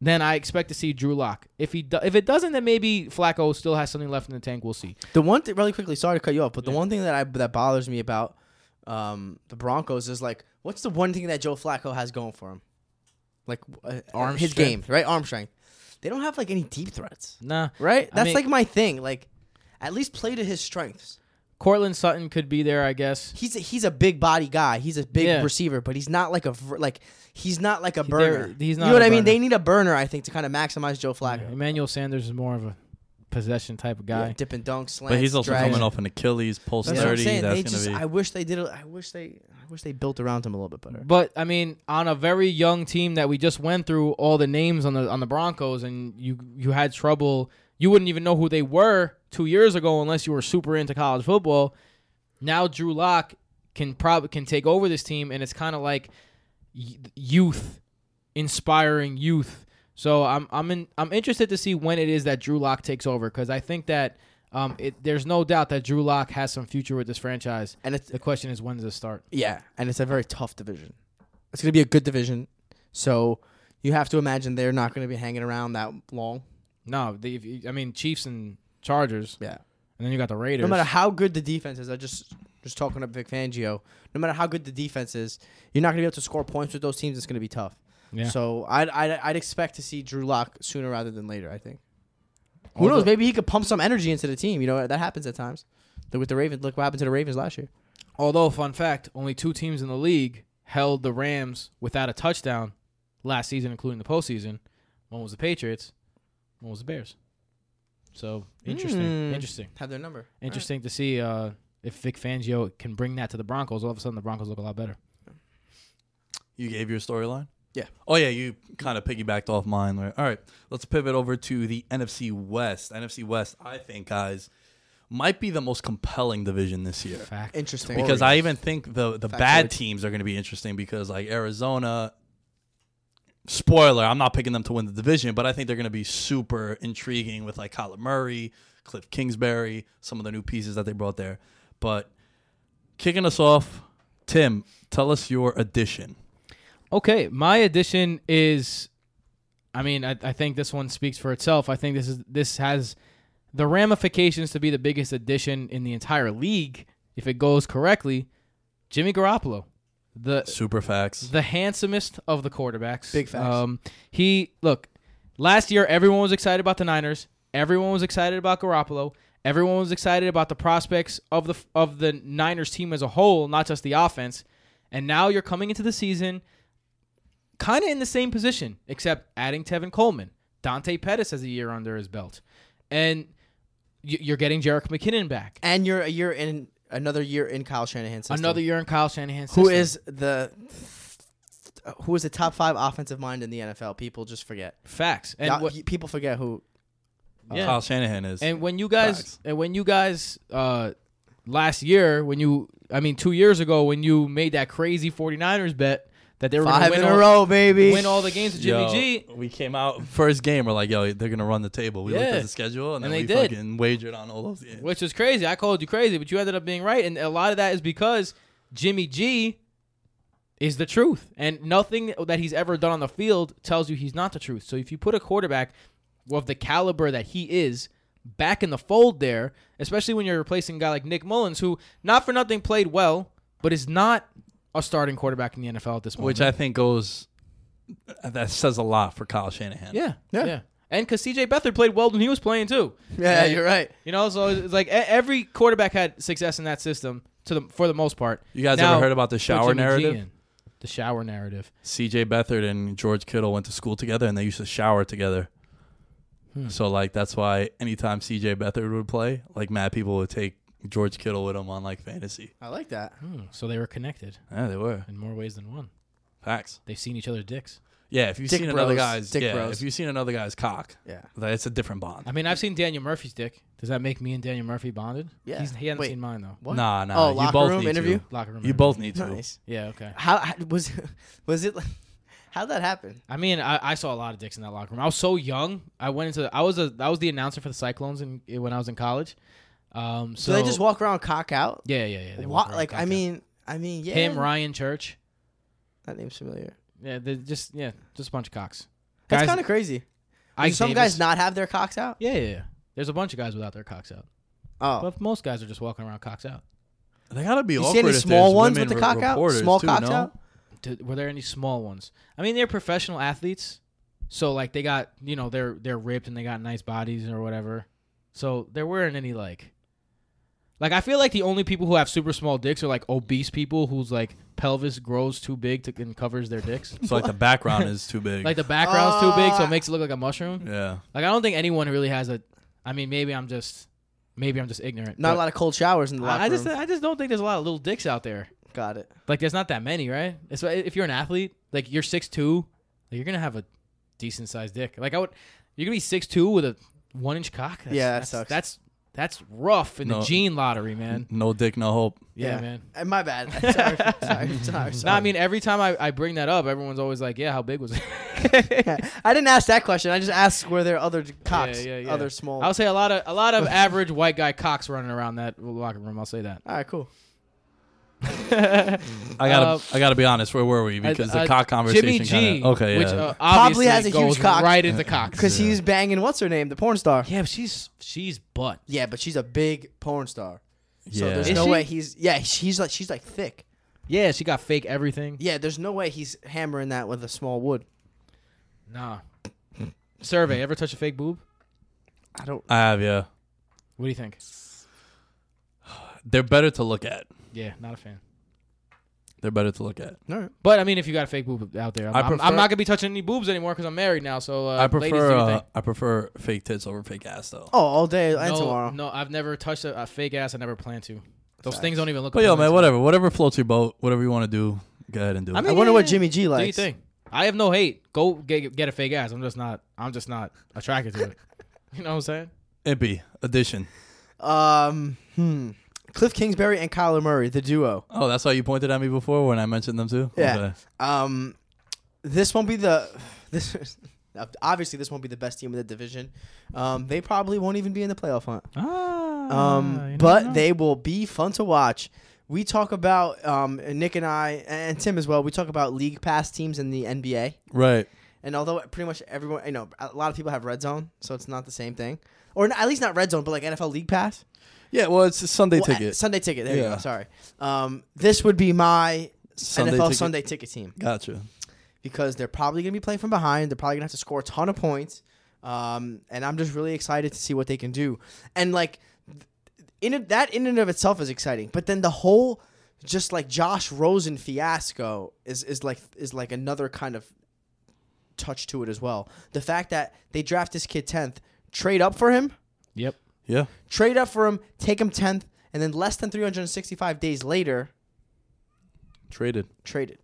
then I expect to see Drew Lock. If he do- if it doesn't, then maybe Flacco still has something left in the tank. We'll see. The one thing, really quickly, sorry to cut you off, but the one thing that I that bothers me about um, the Broncos is like, what's the one thing that Joe Flacco has going for him? Like uh, arm, his strength. game, right? Arm strength. They don't have like any deep threats, Nah, right? I That's mean- like my thing. Like, at least play to his strengths. Cortland Sutton could be there, I guess. He's a, he's a big body guy. He's a big Yeah. receiver, but he's not like a ver- like he's not like a They're- burner. he's you not know what a I mean? burner. They need a burner, I think, to kind of maximize Joe Flacco. Emmanuel Sanders is more of a possession type of guy. Dip and dunk, slants, But he's also drags. coming off an Achilles post That's what I'm thirty. saying. That's They gonna just, be. I wish they did. a- I wish they. I wish they built around him a little bit better. But I mean, on a very young team that we just went through all the names on the on the Broncos, and you you had trouble. You wouldn't even know who they were two years ago unless you were super into college football. Now Drew Lock can probably can take over this team, and it's kind of like y- youth, inspiring youth. So I'm I'm in, I'm interested to see when it is that Drew Lock takes over because I think that um it, there's no doubt that Drew Lock has some future with this franchise. And it's The question is when does it start? yeah, and it's a very tough division. It's gonna be a good division, so you have to imagine they're not gonna be hanging around that long. No, they, if you- I mean Chiefs and Chargers, Yeah. and then you got the Raiders. No matter how good the defense is, I just just talking up Vic Fangio. No matter how good the defense is, you're not gonna be able to score points with those teams. It's gonna be tough. Yeah. So I'd, I'd I'd expect to see Drew Lock sooner rather than later. I think. Who Although- knows? Maybe he could pump some energy into the team. You know that happens at times. Look with the Ravens. Look what happened to the Ravens last year. Although, fun fact, only two teams in the league held the Rams without a touchdown last season, including the postseason. One was the Patriots, one was the Bears. So interesting, Mm. interesting, Have their number. interesting to see uh, if Vic Fangio can bring that to the Broncos. All of a sudden, the Broncos look a lot better. You gave your storyline? Yeah. Oh, yeah, you kind of piggybacked off mine. Right? All right, let's pivot over to the NFC West. NFC West, I think, guys, might be the most compelling division this year. Fact. Interesting. Because I even think the, the Factoid. bad teams are going to be interesting because, like, Arizona, spoiler, I'm not picking them to win the division, but I think they're going to be super intriguing with, like, Kyler Murray, Cliff Kingsbury, some of the new pieces that they brought there. But kicking us off, Tim, tell us your addition. Okay, my addition is, I mean, I, I think this one speaks for itself. I think this is this has the ramifications to be the biggest addition in the entire league if it goes correctly. Jimmy Garoppolo, the Super facts. the handsomest of the quarterbacks. Big facts. Um, he look last year. Everyone was excited about the Niners. Everyone was excited about Garoppolo. Everyone was excited about the prospects of the of the Niners team as a whole, not just the offense. And now you're coming into the season, kind of in the same position, except adding Tevin Coleman. Dante Pettis has a year under his belt, and y- you're getting Jarek McKinnon back. and you're a year in another year in Kyle Shanahan's system. Another year in Kyle Shanahan's Who system. is the who is the top five offensive mind in the NFL? People just forget. facts and Yeah, what, y- people forget who. yeah. Kyle Shanahan is. And when you guys Facts. and when you guys uh last year when you I mean 2 years ago when you made that crazy 49ers bet that they were going to Five win in a all, row, baby. win all the games with Jimmy Yo, G We came out first game. We're like, yo, they're gonna run the table. We looked Yeah. at the schedule, and, And then they we did. fucking wagered on all those games. which is crazy. I called you crazy, but you ended up being right and a lot of that is because Jimmy G is the truth and nothing that he's ever done on the field tells you he's not the truth. So if you put a quarterback of the caliber that he is back in the fold there, especially when you're replacing a guy like Nick Mullins, who not for nothing played well, but is not a starting quarterback in the NFL at this moment. Which I think goes. That says a lot for Kyle Shanahan. yeah, Yeah. yeah, yeah. And because C.J. Beathard played well when he was playing too. Yeah, And, you're right. You know, so it's like e- every quarterback had success in that system to the for the most part. You guys Now, ever heard about the shower put Jimmy G narrative? in. The shower narrative. C.J. Beathard and George Kittle went to school together, and they used to shower together. Hmm. So like that's why anytime C.J. Beathard would play, like mad people would take George Kittle with them on like fantasy. I like that. Hmm, so they were connected Yeah, they were in more ways than one. facts. They've seen each other's dicks. Yeah, if you've Dick seen another bros. guy's, Dick yeah, bros. if you've seen another guy's cock, Yeah. that it's a different bond. I mean, I've seen Daniel Murphy's dick. Does that make me and Daniel Murphy bonded? Yeah. He's, he hasn't Wait. seen mine though. What? Nah, nah. Oh, you locker both room need interview? Locker room. To. You interview. both need to. Nice. Yeah. Okay. How how- was was it? like- How did that happen? I mean, I, I saw a lot of dicks in that locker room. I was so young. I went into. I was a. I was the announcer for the Cyclones in, when I was in college. Um. So So they just walk around cock out. Yeah, yeah, yeah. they Wha- walk around like I cocked mean, I mean, yeah. out. him, Ryan Church. That name's familiar. Yeah. They just yeah, just a bunch of cocks. That's Guys- kind of crazy. Ike Do some Davis. guys not have their cocks out? Yeah, yeah, yeah. There's a bunch of guys without their cocks out, Oh, but most guys are just walking around cocks out. They gotta be you awkward. see any if small there's ones women with the re- cock out? reporters Small too, cocks no? out? Did, were there any small ones? I mean, they're professional athletes, so like they got you know they're they're ripped and they got nice bodies or whatever. So there weren't any like, like I feel like the only people who have super small dicks are like obese people whose like pelvis grows too big to and covers their dicks. So like the background is too big. Like the background's too big, so Ah. it makes it look like a mushroom. yeah. Like I don't think anyone really has a. I mean, maybe I'm just, maybe I'm just ignorant. Not but a lot of cold showers in the locker I, I just room. I just don't think there's a lot of little dicks out there. Got it. Like there's not that many, right? It's, if you're an athlete, like you're six two, like you're gonna have a decent sized dick. Like I would, you're gonna be six two with a one inch cock. That's, Yeah, that that's, sucks. That's that's rough in No. the gene lottery, man. No dick, no hope. Yeah, Yeah. man. Uh, My bad. Sorry. sorry. Sorry. No, I sorry. mean every time I, I bring that up, everyone's always like, "Yeah, how big was it?" I didn't ask that question. I just asked were there other cocks, yeah, yeah. other small. I'll say a lot of a lot of average white guy cocks running around that locker room. I'll say that. All right, cool. I gotta, Uh, I gotta be honest. Where were we? Because Uh, the uh, cock conversation. Jimmy G, kinda, okay, yeah. which uh, obviously has a huge goes cock. right into cocks. Because he's banging what's her name, the porn star. Yeah, but she's she's butt. Yeah, but she's a big porn star. So Yeah. there's Is no she? way he's yeah she's like she's like thick. Yeah, she got fake everything. Yeah, there's no way he's hammering that with a small wood. Nah. Survey. Ever touch a fake boob? I don't. I have yeah. What do you think? They're better to look at. Yeah, not a fan. They're better to look at. All right. But I mean, if you got a fake boob out there, I'm, I I'm- I'm prefer- not gonna be touching any boobs anymore because I'm married now. So uh, I ladies, do prefer your uh, thing. I prefer fake tits over fake ass though. Oh, all day and no, tomorrow. No, I've never touched a, a fake ass. I never plan to. Those things don't even look. But yo, appealing man, to me. whatever, whatever floats your boat, whatever you want to do, go ahead and do it. I I mean, wonder yeah, what yeah. Jimmy G Do your likes. thing. I have no hate. Go get get a fake ass. I'm just not. I'm just not attracted to it. You know what I'm saying? Impy addition. Um, hmm. Cliff Kingsbury and Kyler Murray, the duo. Oh, that's why you pointed at me before when I mentioned them too. Yeah. Okay. Um, this won't be the this. is- Obviously, this won't be the best team in the division. Um, they probably won't even be in the playoff hunt. Ah, Um, but they will be fun to watch. We talk about um, Nick and I and Tim as well. We talk about league pass teams in the NBA. Right. And although pretty much everyone, you know, a lot of people have red zone, so it's not the same thing, or n- at least not red zone, but like NFL league pass. Yeah. Well, it's a Sunday Well, uh, ticket. Sunday ticket. There you Yeah. go. Sorry. Um, this would be my Sunday NFL ticket. Sunday ticket team Gotcha. because they're probably going to be playing from behind. They're probably going to have to score a ton of points. Um, and I'm just really excited to see what they can do. And like, th- in it, that in and of itself is exciting. But then the whole, just like Josh Rosen fiasco is is like is like another kind of touch to it as well. The fact that they draft this kid tenth, trade up for him, Yep. Yeah. trade up for him, take him tenth, and then less than 365 days later, Traded. traded.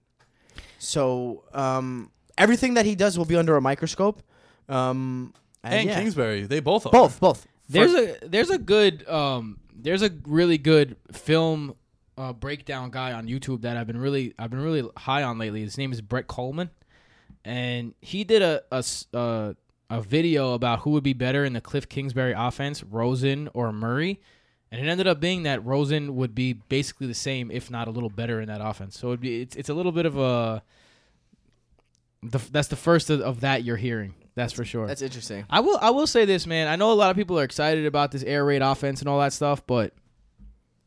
So um, everything that he does will be under a microscope. Um, and And yeah. Kingsbury, they both are. both, both. There's a there's a good um there's a really good film uh, breakdown guy on YouTube that I've been really I've been really high on lately. His name is Brett Coleman, and he did a a s- uh, a video about who would be better in the Cliff Kingsbury offense, Rosen or Murray, and it ended up being that Rosen would be basically the same, if not a little better in that offense. So it'd be it's it's a little bit of a the, f- that's the first of, of that you're hearing. That's for sure. That's interesting. I will I will say this, man. I know a lot of people are excited about this air raid offense and all that stuff, but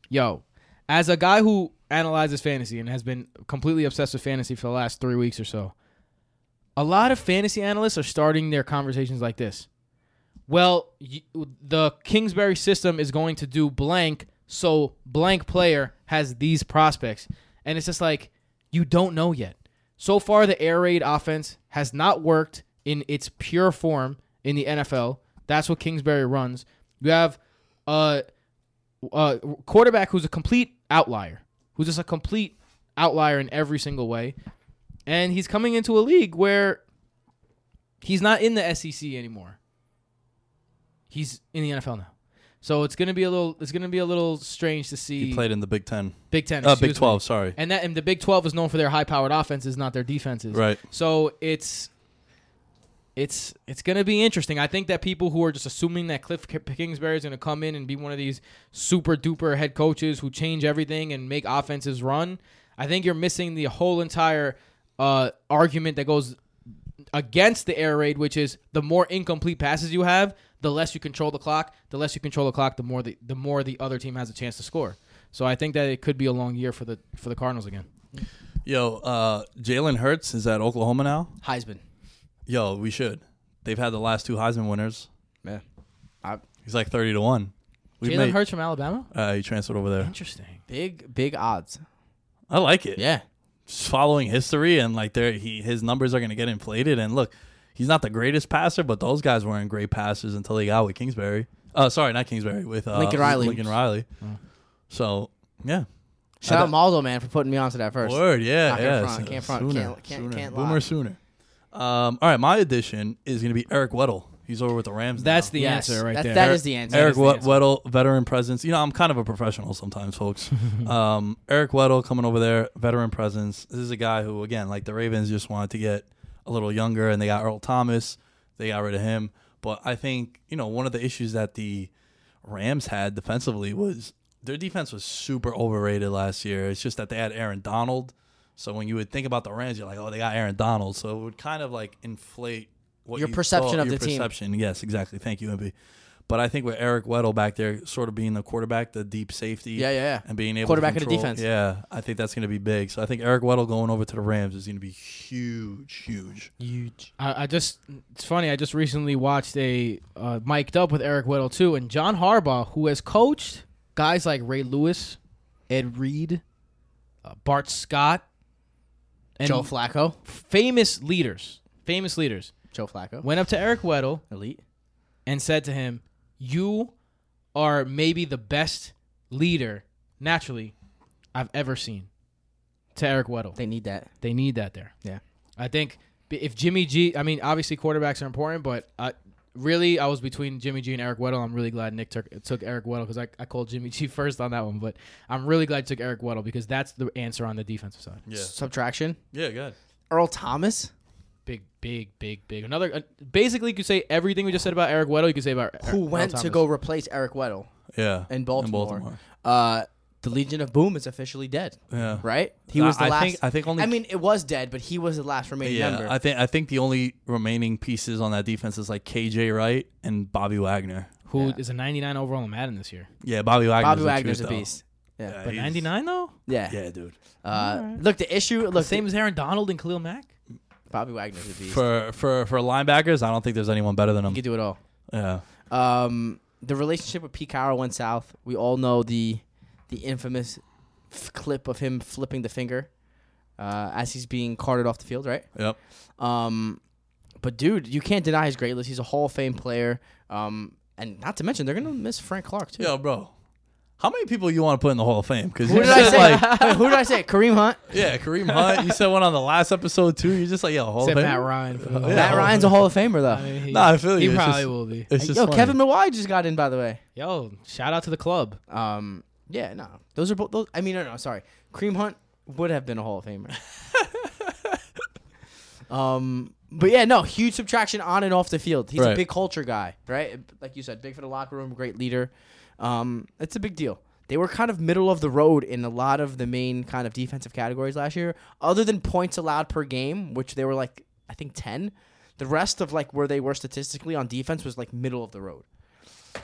yo, as a guy who analyzes fantasy and has been completely obsessed with fantasy for the last three weeks or so, a lot of fantasy analysts are starting their conversations like this. Well, y the Kingsbury system is going to do blank, so blank player has these prospects. And it's just like, you don't know yet. So far, the air raid offense has not worked in its pure form in the NFL. That's what Kingsbury runs. You have uh, a, a uh, quarterback who's a complete outlier, who's just a complete outlier in every single way. And he's coming into a league where he's not in the SEC anymore. He's in the NFL now. So it's gonna be a little it's gonna be a little strange to see He played in the Big Ten. Big Ten. Uh, excuse Big me. Twelve. Sorry. And that and the Big Twelve is known for their high powered offenses, not their defenses. Right. So it's it's it's gonna be interesting. I think that people who are just assuming that Cliff K- Kingsbury is gonna come in and be one of these super duper head coaches who change everything and make offenses run, I think you're missing the whole entire uh, argument that goes against the air raid, which is the more incomplete passes you have, the less you control the clock. The less you control the clock, the more the the more the other team has a chance to score. So I think that it could be a long year for the for the Cardinals again. Yo, uh, Jalen Hurts is at Oklahoma now. Heisman. Yo, we should. They've had the last two Heisman winners. Yeah. He's like thirty to one. We Jalen Hurts from Alabama. Uh, he transferred over there. Interesting. Big, big odds. I like it. Yeah. Just following history and like there, he his numbers are gonna get inflated. And look, he's not the greatest passer, but those guys weren't great passers until they got with Kingsbury. Uh, sorry, not Kingsbury with uh, Lincoln Riley. Mm. Lincoln Riley. So yeah, Shout I out bet- Maldo, man, for putting me onto that first. Word, yeah, Not gonna yeah. front, so- can't front, sooner, can't- can't- sooner. can't Boomer lie. sooner. Um, all right, my addition is gonna be Eric Weddle. He's over with the Rams. That's now. the Yes, answer right that- there. that is the answer. Eric the Wed- answer. Weddle, veteran presence. You know, I'm kind of a professional sometimes, folks. um, Eric Weddle coming over there, veteran presence. This is a guy who, again, like the Ravens just wanted to get a little younger, and they got Earl Thomas. They got rid of him. But I think, you know, one of the issues that the Rams had defensively was their defense was super overrated last year. It's just that they had Aaron Donald. So when you would think about the Rams, you're like, oh, they got Aaron Donald. So it would kind of like inflate what Your you perception thought- of your the team. perception. Yes, exactly. Thank you, MP. But I think with Eric Weddle back there, sort of being the quarterback, the deep safety, Yeah, yeah, yeah. and being able Quarterback to of the control- defense. Yeah, I think that's going to be big. So I think Eric Weddle going over to the Rams is going to be huge, huge. Huge. I, I just it's funny. I just recently watched a uh, mic'd up with Eric Weddle too, and John Harbaugh, who has coached guys like Ray Lewis, Ed Reed, uh, Bart Scott, and Joe Flacco. famous leaders, famous leaders, Joe Flacco. went up to Eric Weddle Elite. and said to him, "You are maybe the best leader naturally I've ever seen." To Eric Weddle, They need that. they need that there. Yeah. I think b- if Jimmy G, I mean, obviously quarterbacks are important, but I, really, I was between Jimmy G and Eric Weddle. I'm really glad Nick took, took Eric Weddle because I, I called Jimmy G first on that one, but I'm really glad he took Eric Weddle because that's the answer on the defensive side. Yeah. Subtraction. Yeah, good. Earl Thomas. Big, big, big, big. Another, uh, basically, you could say everything we just said about Eric Weddle, you could say about Er, Who Earl went to Thomas. go replace Eric Weddle Yeah. in Baltimore? Uh, the Legion of Boom is officially dead, Yeah. right? He was the I- I last. think- I think only- I mean, it was dead, but he was the last remaining Yeah, member. I think I think the only remaining pieces on that defense is like KJ Wright and Bobby Wagner. Who is Yeah. a 99 overall in Madden this year? Yeah, Bobby Wagner's, Bobby the Wagner's truth, a though. beast. Yeah. Yeah, But he's- 99 though, Yeah. Yeah, dude. Uh, Look, the issue. Look, same as Aaron Donald and Khalil Mack. Bobby Wagner's a beast. For for for linebackers, I don't think there's anyone better than he him. could do it all. Yeah. Um, the relationship with Pete Carroll went south. We all know the the infamous f- clip of him flipping the finger uh, as he's being carted off the field, right? Yep. Um, but dude, you can't deny his greatness. He's a Hall of Fame player. Um, and not to mention they're gonna miss Frank Clark too. Yo, bro. How many people you want to put in the Hall of Fame? Because Who you did I said say? like, Wait, who did I say? Kareem Hunt. yeah, Kareem Hunt. You said one on the last episode too. You're just like, yo, Hall Except of Fame. Matt Ryan. for the- Yeah. Matt Ryan's a Hall of Famer though. I mean, he, Nah, I feel you. It's he probably just- will be. It's just Yo, funny. Kevin Mawai just got in by the way. Yo, shout out to the club. Um, yeah, no, those are both. Those, I mean, no, no, sorry. Cream Hunt would have been a Hall of Famer. um, but yeah, no, huge subtraction on and off the field. He's a Right. big culture guy, right? Like you said, big for the locker room, great leader. Um, it's a big deal. They were kind of middle of the road in a lot of the main kind of defensive categories last year, other than points allowed per game, which they were like I think ten. The rest of like where they were statistically on defense was like middle of the road.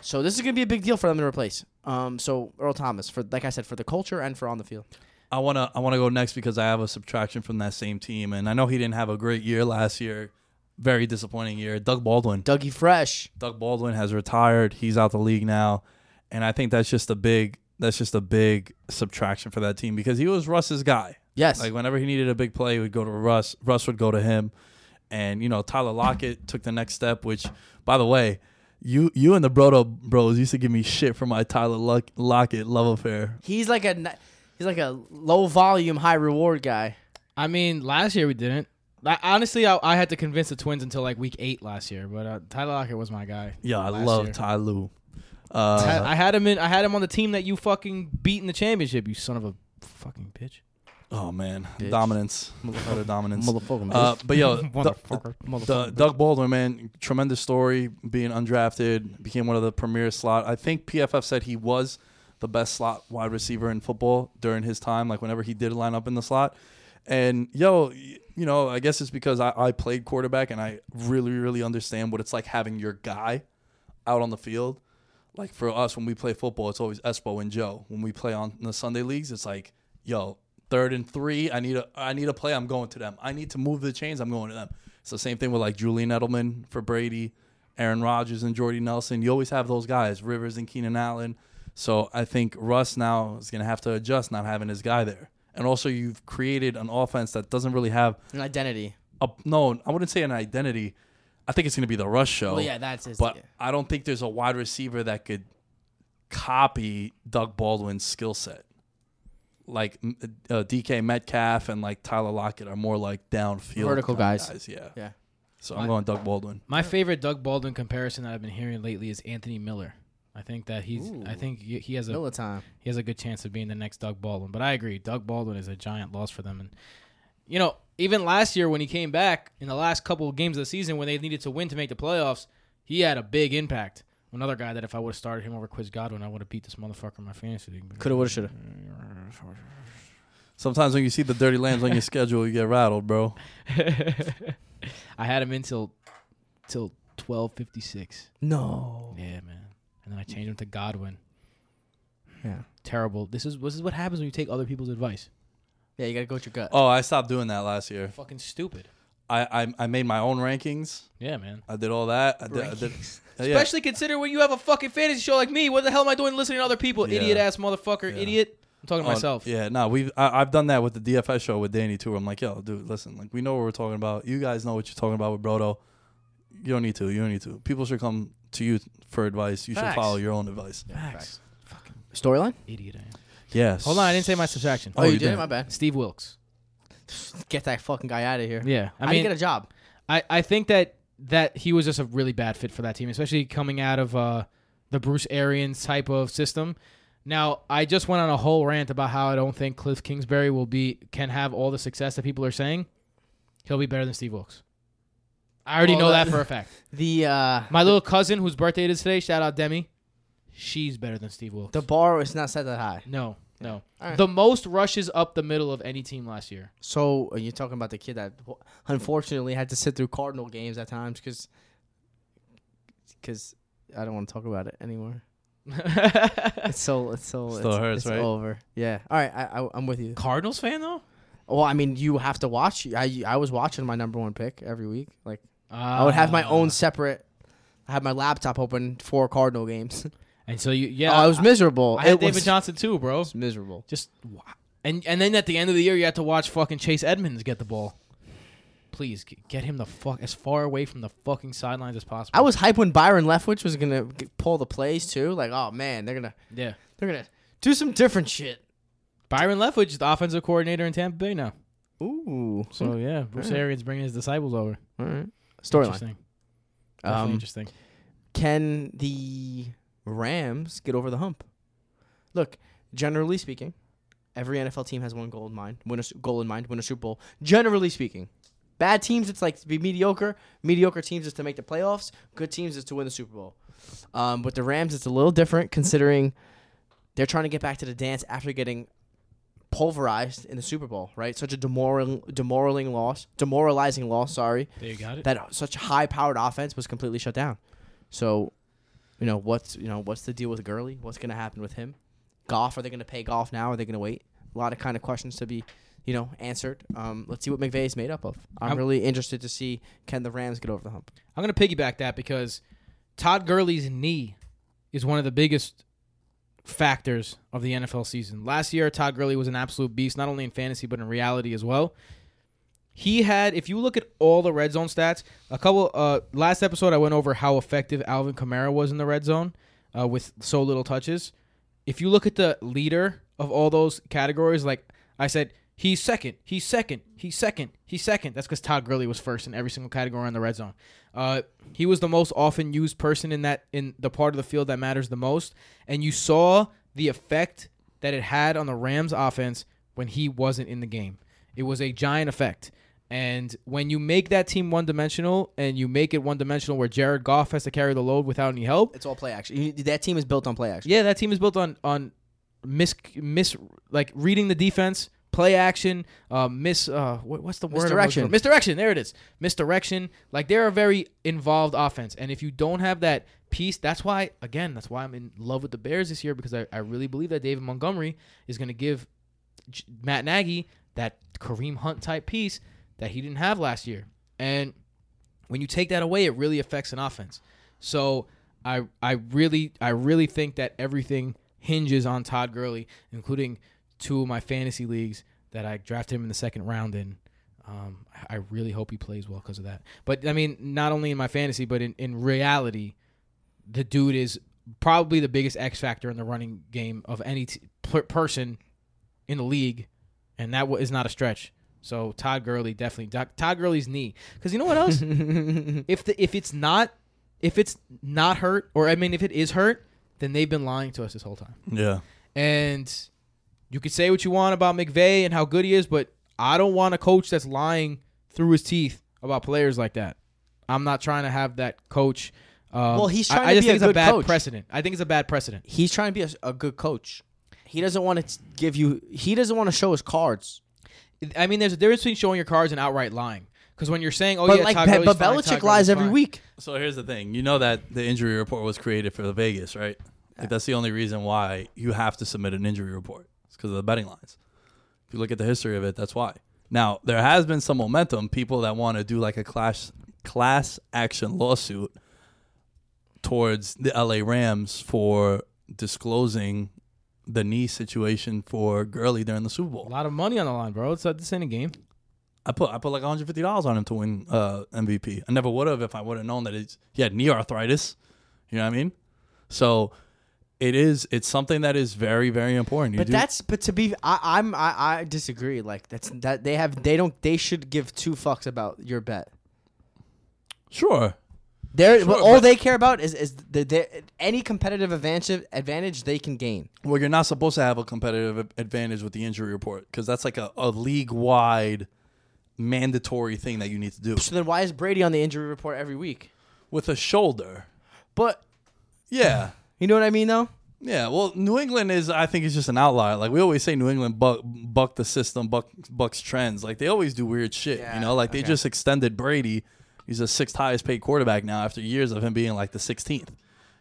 So this is gonna be a big deal for them to replace. Um, so Earl Thomas for like I said for the culture and for on the field. I wanna I wanna go next because I have a subtraction from that same team, and I know he didn't have a great year last year. Very disappointing year. Doug Baldwin. Dougie Fresh, Doug Baldwin has retired. He's out the league now, and I think that's just a big that's just a big subtraction for that team because he was Russ's guy. yes, Like whenever he needed a big play, he would go to Russ. Russ would go to him, and you know Tyler Lockett took the next step. Which, by the way, you you and the Brodo Bros used to give me shit for my Tyler Lock- Lockett love affair. he's like a ni- he's like a low volume, high reward guy. I mean, last year we didn't. I, honestly, I, I had to convince the Twins until like week eight last year, but uh, Tyler Lockett was my guy. Yeah, I last love year. Ty Lue. I, Uh, I had him in. I had him on the team that you fucking beat in the championship. You son of a fucking bitch. oh man, dominance, utter dominance. Motherfucker, man. Uh, but yo, Motherfucker. D- Doug Baldwin, man, tremendous story. Being undrafted, became one of the premier slot. I think PFF said he was the best slot wide receiver in football during his time. Like whenever he did line up in the slot, and yo, y- you know, I guess it's because I, I played quarterback and I really, really understand what it's like having your guy out on the field. Like for us, when we play football, it's always Espo and Joe. When we play on the Sunday leagues, it's like, yo, third and three, I need a, I need a play. I'm going to them. I need to move the chains. I'm going to them. It's the same thing with like Julian Edelman for Brady, Aaron Rodgers and Jordy Nelson. You always have those guys, Rivers and Keenan Allen. So I think Russ now is gonna have to adjust not having his guy there. And also, you've created an offense that doesn't really have An identity. a no. I wouldn't say an identity. I think it's gonna be the Russ show. Well, yeah, that's his. Oh, But yeah. I don't think there's a wide receiver that could copy Doug Baldwin's skill set. Like m- uh, DK Metcalf and like Tyler Lockett are more like downfield Vertical kind of guys. Yeah. Yeah. So I'm going Doug Baldwin. My favorite Doug Baldwin comparison that I've been hearing lately is Anthony Miller. I think that he's. I Ooh. think he he has a Middle of time. he has a good chance of being the next Doug Baldwin. But I agree, Doug Baldwin is a giant loss for them. And you know, even last year when he came back in the last couple of games of the season when they needed to win to make the playoffs, he had a big impact. Another guy that if I would have started him over Quiz Godwin, I would have beat this motherfucker in my fantasy league. Coulda, woulda, shoulda. Sometimes when you see the dirty lambs on your schedule, you get rattled, bro. I had him in till till twelve fifty six. No. Yeah, man. And then I changed him to Godwin. Yeah. Terrible. This is this is what happens when you take other people's advice. Yeah, you gotta go with your gut. Oh, I stopped doing that last year. Fucking stupid. I I, I made my own rankings. Yeah, man. I did all that. I did, I did- Uh, yeah. Especially considering when you have a fucking fantasy show like me. What the hell am I doing listening to other people? Yeah. Idiot ass motherfucker, Yeah. idiot. I'm talking to on- myself. Yeah, no, we've I, I've done that with the DFS show with Danny too. I'm like, yo, dude, listen, like we know what we're talking about. You guys know what you're talking about with Brodo. You don't need to. You don't need to. People should come to you for advice. You should Facts. follow your own advice. Facts. Storyline? Idiot. I am. Yes. Hold on, I didn't say my subtraction. Oh, you did? My bad. Steve Wilkes. Get that fucking guy out of here. Yeah, I I mean, get a job. I, I think that that he was just a really bad fit for that team, especially coming out of uh, the Bruce Arians type of system. Now, I just went on a whole rant about how I don't think Cliff Kingsbury will be can have all the success that people are saying. He'll be better than Steve Wilkes. I already Well, know that- that for a fact. The uh My little cousin, whose birthday it is today, shout out Demi. She's better than Steve Wilkes. the bar is not set that high. no, no. All right. The most rushes up the middle of any team last year. So uh, you're talking about the kid that w- unfortunately had to sit through Cardinal games at times because because I don't want to talk about it anymore. It's so it's so Still it's, hurts, it's right? over. Yeah. All right. I, I I'm with you. Cardinals fan though. Well, I mean, you have to watch. I I was watching my number one pick every week. Like I would have Ah. my Ah. own separate. I had my laptop open for Cardinal games. And so you, yeah, oh, I was miserable. I had it David was Johnson too, bro. miserable. Just wa- and and then at the end of the year, you had to watch fucking Chase Edmonds get the ball. Please g- get him the fuck as far away from the fucking sidelines as possible. I was hyped when Byron Leftwich was gonna g- pull the plays too. Like, oh man, they're gonna yeah. they're gonna do some different shit. Byron Leftwich is the offensive coordinator in Tampa Bay now. Ooh. So yeah, Bruce Arians bringing his disciples over. All right. Hmm. Storyline. Mm, Interesting. Definitely Um, interesting. can the Rams get over the hump? Look, generally speaking, every NFL team has one goal in mind. Win a su- goal in mind. Win a Super Bowl. Generally speaking, bad teams it's like to be mediocre. Mediocre teams is to make the playoffs. Good teams is to win the Super Bowl. Um, but the Rams, it's a little different considering they're trying to get back to the dance after getting pulverized in the Super Bowl. Right, such a demoral, demoralizing loss, demoralizing loss. Sorry, There you got it. that such high powered offense was completely shut down. So, you know what's you know what's the deal with Gurley? What's going to happen with him? Golf? Are they going to pay golf now? Are they going to wait? A lot of kind of questions to be, you know, answered. Um, let's see what McVay is made up of. I'm, I'm- really interested to see can the Rams get over the hump. I'm going to piggyback that because Todd Gurley's knee is one of the biggest factors of the NFL season. Last year, Todd Gurley was an absolute beast, not only in fantasy, but in reality as well. He had, if you look at all the red zone stats, a couple, uh, last episode I went over how effective Alvin Kamara was in the red zone uh, with so little touches. If you look at the leader of all those categories, like I said, he's second, he's second, he's second, he's second. That's because Todd Gurley was first in every single category in the red zone. Uh, he was the most often used person in that in the part of the field that matters the most, and you saw the effect that it had on the Rams offense when he wasn't in the game. It was a giant effect. And when you make that team one dimensional and you make it one dimensional where Jared Goff has to carry the load without any help, It's all play action. You- That team is built on play action. yeah, that team is built on on mis mis like reading the defense, play action, uh, mis uh, what, what's the word? I'm looking Misdirection. for? Misdirection. There it is. Misdirection. Like they're a very involved offense, and if you don't have that piece, that's why again, that's why I'm in love with the Bears this year because I, I really believe that David Montgomery is going to give J- Matt Nagy that Kareem Hunt type piece that he didn't have last year, and when you take that away, it really affects an offense. So I I really I really think that everything hinges on Todd Gurley, including two of my fantasy leagues that I drafted him in the second round in. Um, I- I really hope he plays well because of that. But I mean, not only in my fantasy, but in, in reality, the dude is probably the biggest X factor in the running game of any t- per- person in the league, and that w- is not a stretch. So Todd Gurley definitely Doc- Todd Gurley's knee. Because you know what else? if the if it's not if it's not hurt or I mean if it is hurt, then they've been lying to us this whole time. Yeah. And you could say what you want about McVay and how good he is, but I don't want a coach that's lying through his teeth about players like that. I'm not trying to have that coach. Um, Well, he's I- trying I, to just be a think it's good a bad coach. precedent. I think it's a bad precedent. He's trying to be a, a good coach. He doesn't want to give you. He doesn't want to show his cards. I mean, there's a difference between showing your cards and outright lying. Because when you're saying, "Oh But yeah, like, Todd Gurley's but fine, Belichick Todd Gurley's lies every fine. week. So here's the thing. You know that the injury report was created for the Vegas, right? Like that's the only reason why you have to submit an injury report. It's because of the betting lines. If you look at the history of it, that's why. Now there has been some momentum. People that want to do like a class class action lawsuit towards the LA Rams for disclosing the knee situation for Gurley during the Super Bowl. A lot of money on the line, bro. It's this ain't a game. I put I put like 150 dollars on him to win uh, MVP. I never would have if I would have known that it's, he had knee arthritis. You know what I mean? So it is it's something that is very very important. You But do- that's but to be I, I'm I, I disagree. Like that's that they have they don't they should give two fucks about your bet. sure. They're Sure, all but- they care about is is the, the any competitive advantage advantage they can gain. Well, you're not supposed to have a competitive a- advantage with the injury report because that's like a, a league wide mandatory thing that you need to do So then why is Brady on the injury report every week? with a shoulder. But Yeah. you know what I mean though. Yeah, well, New England is I think is just an outlier. Like we always say, New England buck buck the system, buck bucks trends. Like they always do weird shit. Yeah, you know, like they okay. just extended Brady. He's the sixth highest paid quarterback now after years of him being like the sixteenth.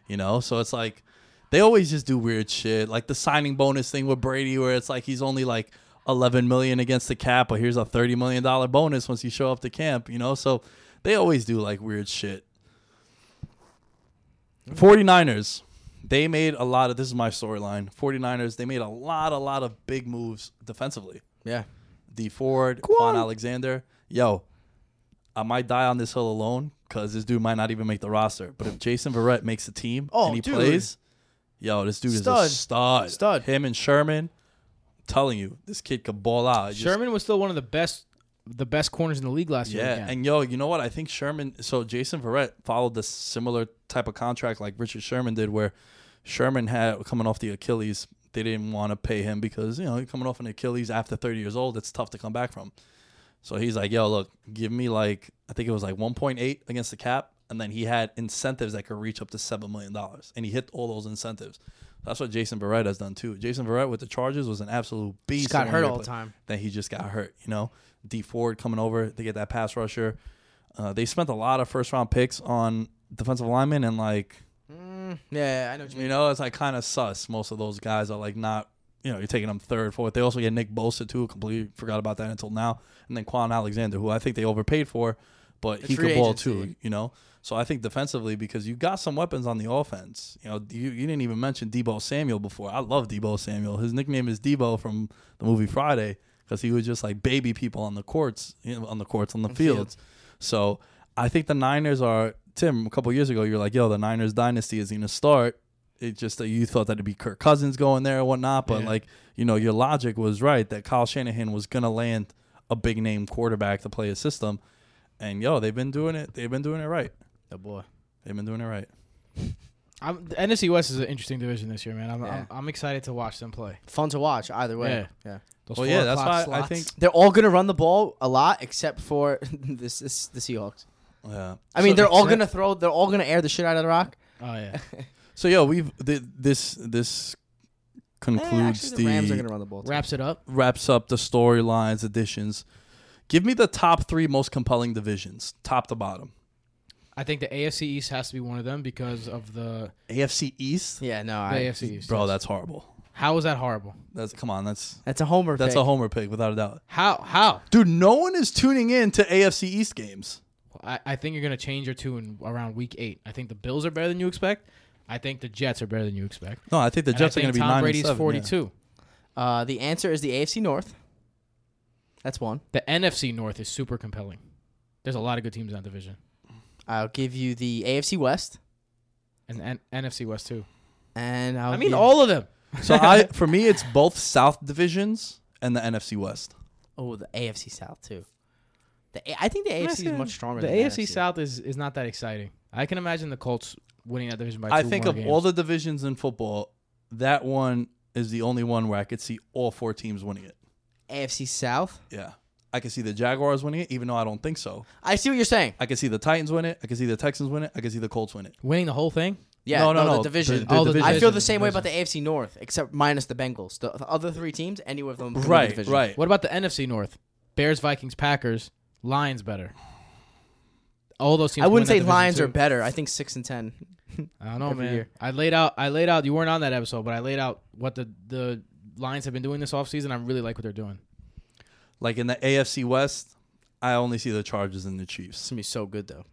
You know, so it's like they always just do weird shit. Like the signing bonus thing with Brady, where it's like he's only like eleven million against the cap, but here's a thirty million dollar bonus once you show up to camp. You know, so they always do like weird shit. 49ers they made a lot of this is my storyline 49ers they made a lot a lot of big moves defensively Yeah. d ford Quan alexander yo i might die on this hill alone because this dude might not even make the roster but if jason Verrett makes the team Oh, and he dude. plays yo this dude Stud. is a stud Stud. him and sherman I'm telling you this kid could ball out I just- Sherman was still one of the best, the best corners in the league last year. yeah, again. and yo, you know what? I think Sherman. So Jason Verrett followed the similar type of contract like Richard Sherman did, where Sherman had coming off the Achilles. They didn't want to pay him because you know you're coming off an Achilles after 30 years old. It's tough to come back from. So he's like, yo, look, give me like I think it was like 1.8 against the cap, and then he had incentives that could reach up to seven million dollars, and he hit all those incentives. That's what Jason Verrett has done too. Jason Verrett with the Chargers was an absolute beast. got in hurt one-year all the play. time. Then he just got hurt. You know, D Ford coming over, they get that pass rusher. Uh, they spent a lot of first round picks on defensive linemen, and like Yeah, I know. What you mean. you know, it's like kind of sus. Most of those guys are like not, you know, you're taking them third, fourth. They also get Nick Bosa too. Completely forgot about that until now. And then Quan Alexander, who I think they overpaid for, but he free could ball agency. too. You know, so I think defensively because you got some weapons on the offense. You know, you, you didn't even mention Debo Samuel before. I love Debo Samuel. His nickname is Debo from the movie Friday because he would just like baby people on the courts, you know, on the courts, on the fields. So I think the Niners are Tim. A couple years ago, you were like, "Yo, the Niners dynasty is gonna start." It just that you thought that it'd be Kirk Cousins going there and whatnot, but like you know, your logic was right that Kyle Shanahan was gonna land a big name quarterback to play his system, and yo, they've been doing it. They've been doing it right. the boy. They've been doing it right. I'm, the NFC West is an interesting division this year, man. I'm, Yeah. I'm, I'm excited to watch them play. Fun to watch either way. Yeah. yeah. Those Well, four yeah, that's o'clock why I slots. think. They're all gonna run the ball a lot, except for this, this the Seahawks. Yeah. I mean, So they're all except- gonna throw. They're all gonna air the shit out of the rock. Oh yeah, So yo, we've th- this this Eh, concludes actually, the Rams the are gonna run the ball. too. wraps it up. wraps up the storylines additions. Give me the top three most compelling divisions, top to bottom. I think the AFC East has to be one of them because of the, AFC East, Yeah, no, the I, AFC East. bro, that's horrible. How is that horrible? That's come on, that's that's a homer. that's pick. a homer pick without a doubt. How how? Dude, no one is tuning in to AFC East games. I, I think you're gonna change your two in around week eight. I think the Bills are better than you expect. I think the Jets are better than you expect. No, I think the And Jets I think are going to be Tom nine Brady's and seven. 42. Uh, the answer is the AFC North. That's one. The NFC North is super compelling. There's a lot of good teams in that division, I'll give you the AFC West, and, and NFC West too. and I'll I mean, give- all of them. yeah. So I, for me, it's both South divisions and the NFC West. Oh, the AFC South too. The A- I think the AFC is much stronger. The than AFC NFC South is is not that exciting. I can imagine the Colts winning that division by two I think more of games. all the divisions in football, that one is the only one where I could see all four teams winning it. AFC South. Yeah, I could see the Jaguars winning it, even though I don't think so. I see what you're saying. I can see the Titans win it. I can see the Texans win it. I can see the Colts win it. winning the whole thing. Yeah, No, no, no, The division. the- the Oh, the division. I feel the division, same way about the AFC North, except minus the Bengals. The, the other three teams, any of them, can win the Right, division. right. What about the NFC North? Bears, Vikings, Packers, Lions better. All those teams. I wouldn't win say that division Lions too. are better. I think six and ten. I don't know, every man. year. I laid out. I laid out. You weren't on that episode, but I laid out what the the Lions have been doing this offseason. I really like what they're doing. Like in the AFC West, I only see the Chargers and the Chiefs. gonna be so good though.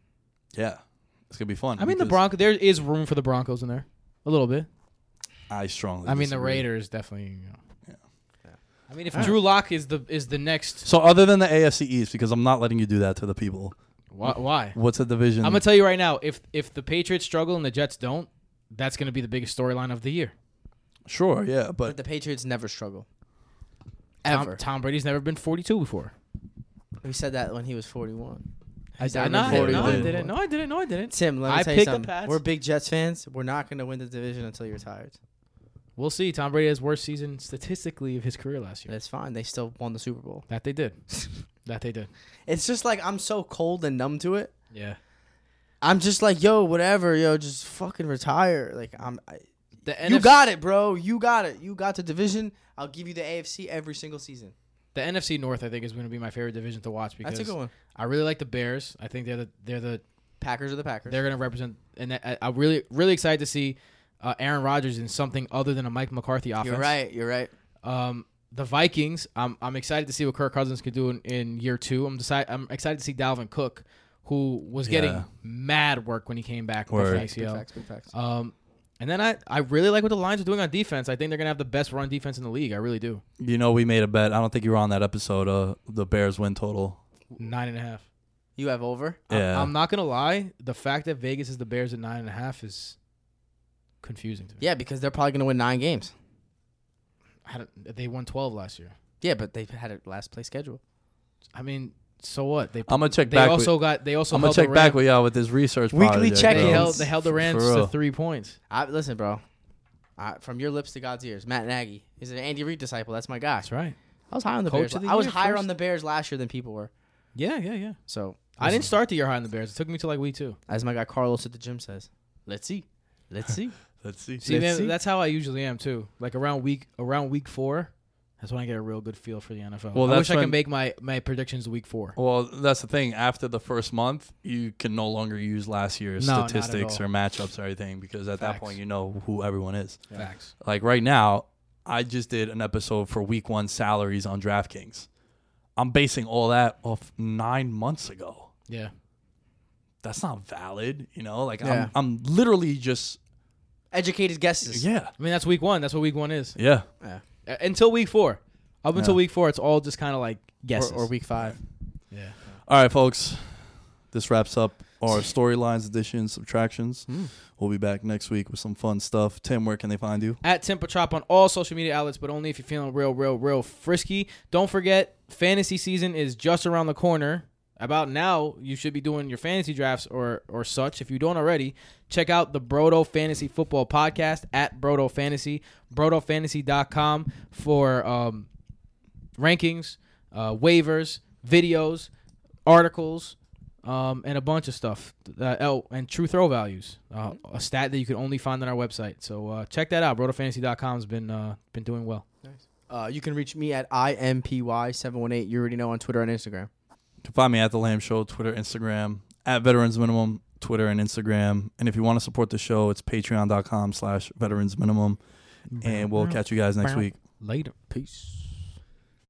Yeah, it's gonna be fun. I mean, the because- Bronco. There is room for the Broncos in there, a little bit. I strongly. I mean, the disagree. Raiders definitely. You know. I mean, if Drew Lock is the is the next, So other than the AFC East, because I'm not letting you do that to the people. why? Mm. why? What's a division? I'm gonna tell you right now. If if the Patriots struggle and the Jets don't, that's gonna be the biggest storyline of the year. sure, yeah, But but the Patriots never struggle. Tom- Ever. Tom, Brady's never been 42 before. We said that when he was 41. I, He's I, never no, I been didn't. No, I 42 didn't. No, I didn't. No, I didn't. Tim, let me I tell you picked the something. Pats. We're big Jets fans. We're not going to win the division until you're retired. We'll see. Tom Brady has worst season statistically of his career last year. That's fine. They still won the Super Bowl. That they did. that they did. It's just like I'm so cold and numb to it. Yeah. I'm just like, yo, whatever, yo, just fucking retire. Like I'm, I, The you NFC got it, bro. You got it. You got the division. I'll give you the AFC every single season. the NFC North, I think, is going to be my favorite division to watch because That's a good one. I really like the Bears. I think they're the they're the Packers are the Packers. they're going to represent, and I, I'm really really excited to see uh, Aaron Rodgers in something other than a Mike McCarthy offense. you're right. You're right. Um, the Vikings. I'm I'm excited to see what Kirk Cousins could do in, in year two. I'm decide, I'm excited to see Dalvin Cook, who was Yeah. getting mad work when he came back from Word. the Big ACL. facts. Big facts. Um, and then I, I really like what the Lions are doing on defense. I think they're gonna have the best run defense in the league. I really do. you know we made a bet. I don't think you were on that episode. Uh, the Bears win total. Nine and a half. you have over. I- Yeah. I'm not gonna lie. The fact that Vegas is the Bears at nine and a half is confusing to me. Yeah, because they're probably going to win nine games. I don't, they won twelve last year. Yeah, but they've had a last play schedule. I mean, so what? They I'm gonna check they back. also got they also I'm gonna held the check back Ram- with y'all with this research. Weekly project, check-ins. They bro. held they held the For Rams real. to three points. I, listen, bro. I, from your lips to God's ears, Matt Nagy is an Andy Reid disciple. That's my guy. That's right. I was high on the Coach Bears. of the I was year higher first. on the Bears last year than people were. Yeah, yeah, yeah. So I didn't start the year high on the Bears. It took me to like week two. as my guy Carlos at the gym says, "Let's see, let's see." Let's see. See, man, see. that's how I usually am too. Like around week around week four, that's when I get a real good feel for the NFL. Well, I that's wish I when- Oh, could make my my predictions week four. Well, that's the thing. After the first month, you can no longer use last year's No, not at statistics all. or matchups or anything because at that Facts. point you know who everyone is. Facts. Like right now, I just did an episode for week one salaries on DraftKings. I'm basing all that off nine months ago. Yeah. That's not valid, you know. Like I'm, Yeah. I'm literally just Educated guesses. yeah, I mean, that's week one. That's what week one is. yeah. Uh, Until week four. Up until Yeah. week four, it's all just kind of like guesses. Or, or week five. yeah. All right, folks. This wraps up our storylines, additions, subtractions. We'll be back next week with some fun stuff. Tim, where can they find you? At Temper Chop on all social media outlets, but only if you're feeling real, real, real frisky. Don't forget, fantasy season is just around the corner. About now, you should be doing your fantasy drafts or or such. If you don't already, check out the Brodo Fantasy Football Podcast at Brodo Fantasy, brodofantasy.com for um, rankings, uh, waivers, videos, articles, um, and a bunch of stuff. Uh, oh, and true throw values, uh, a stat that you can only find on our website. So uh, check that out. BrotoFantasy.com has been uh, been doing well. Uh, you can reach me at impy718. You already know on Twitter and Instagram. You can find me at The Lamb Show, Twitter, Instagram, at Veterans Minimum, Twitter and Instagram. And if you want to support the show, it's Mm-hmm. patreon.com slash veterans minimum. And we'll catch you guys next week. Later. Peace.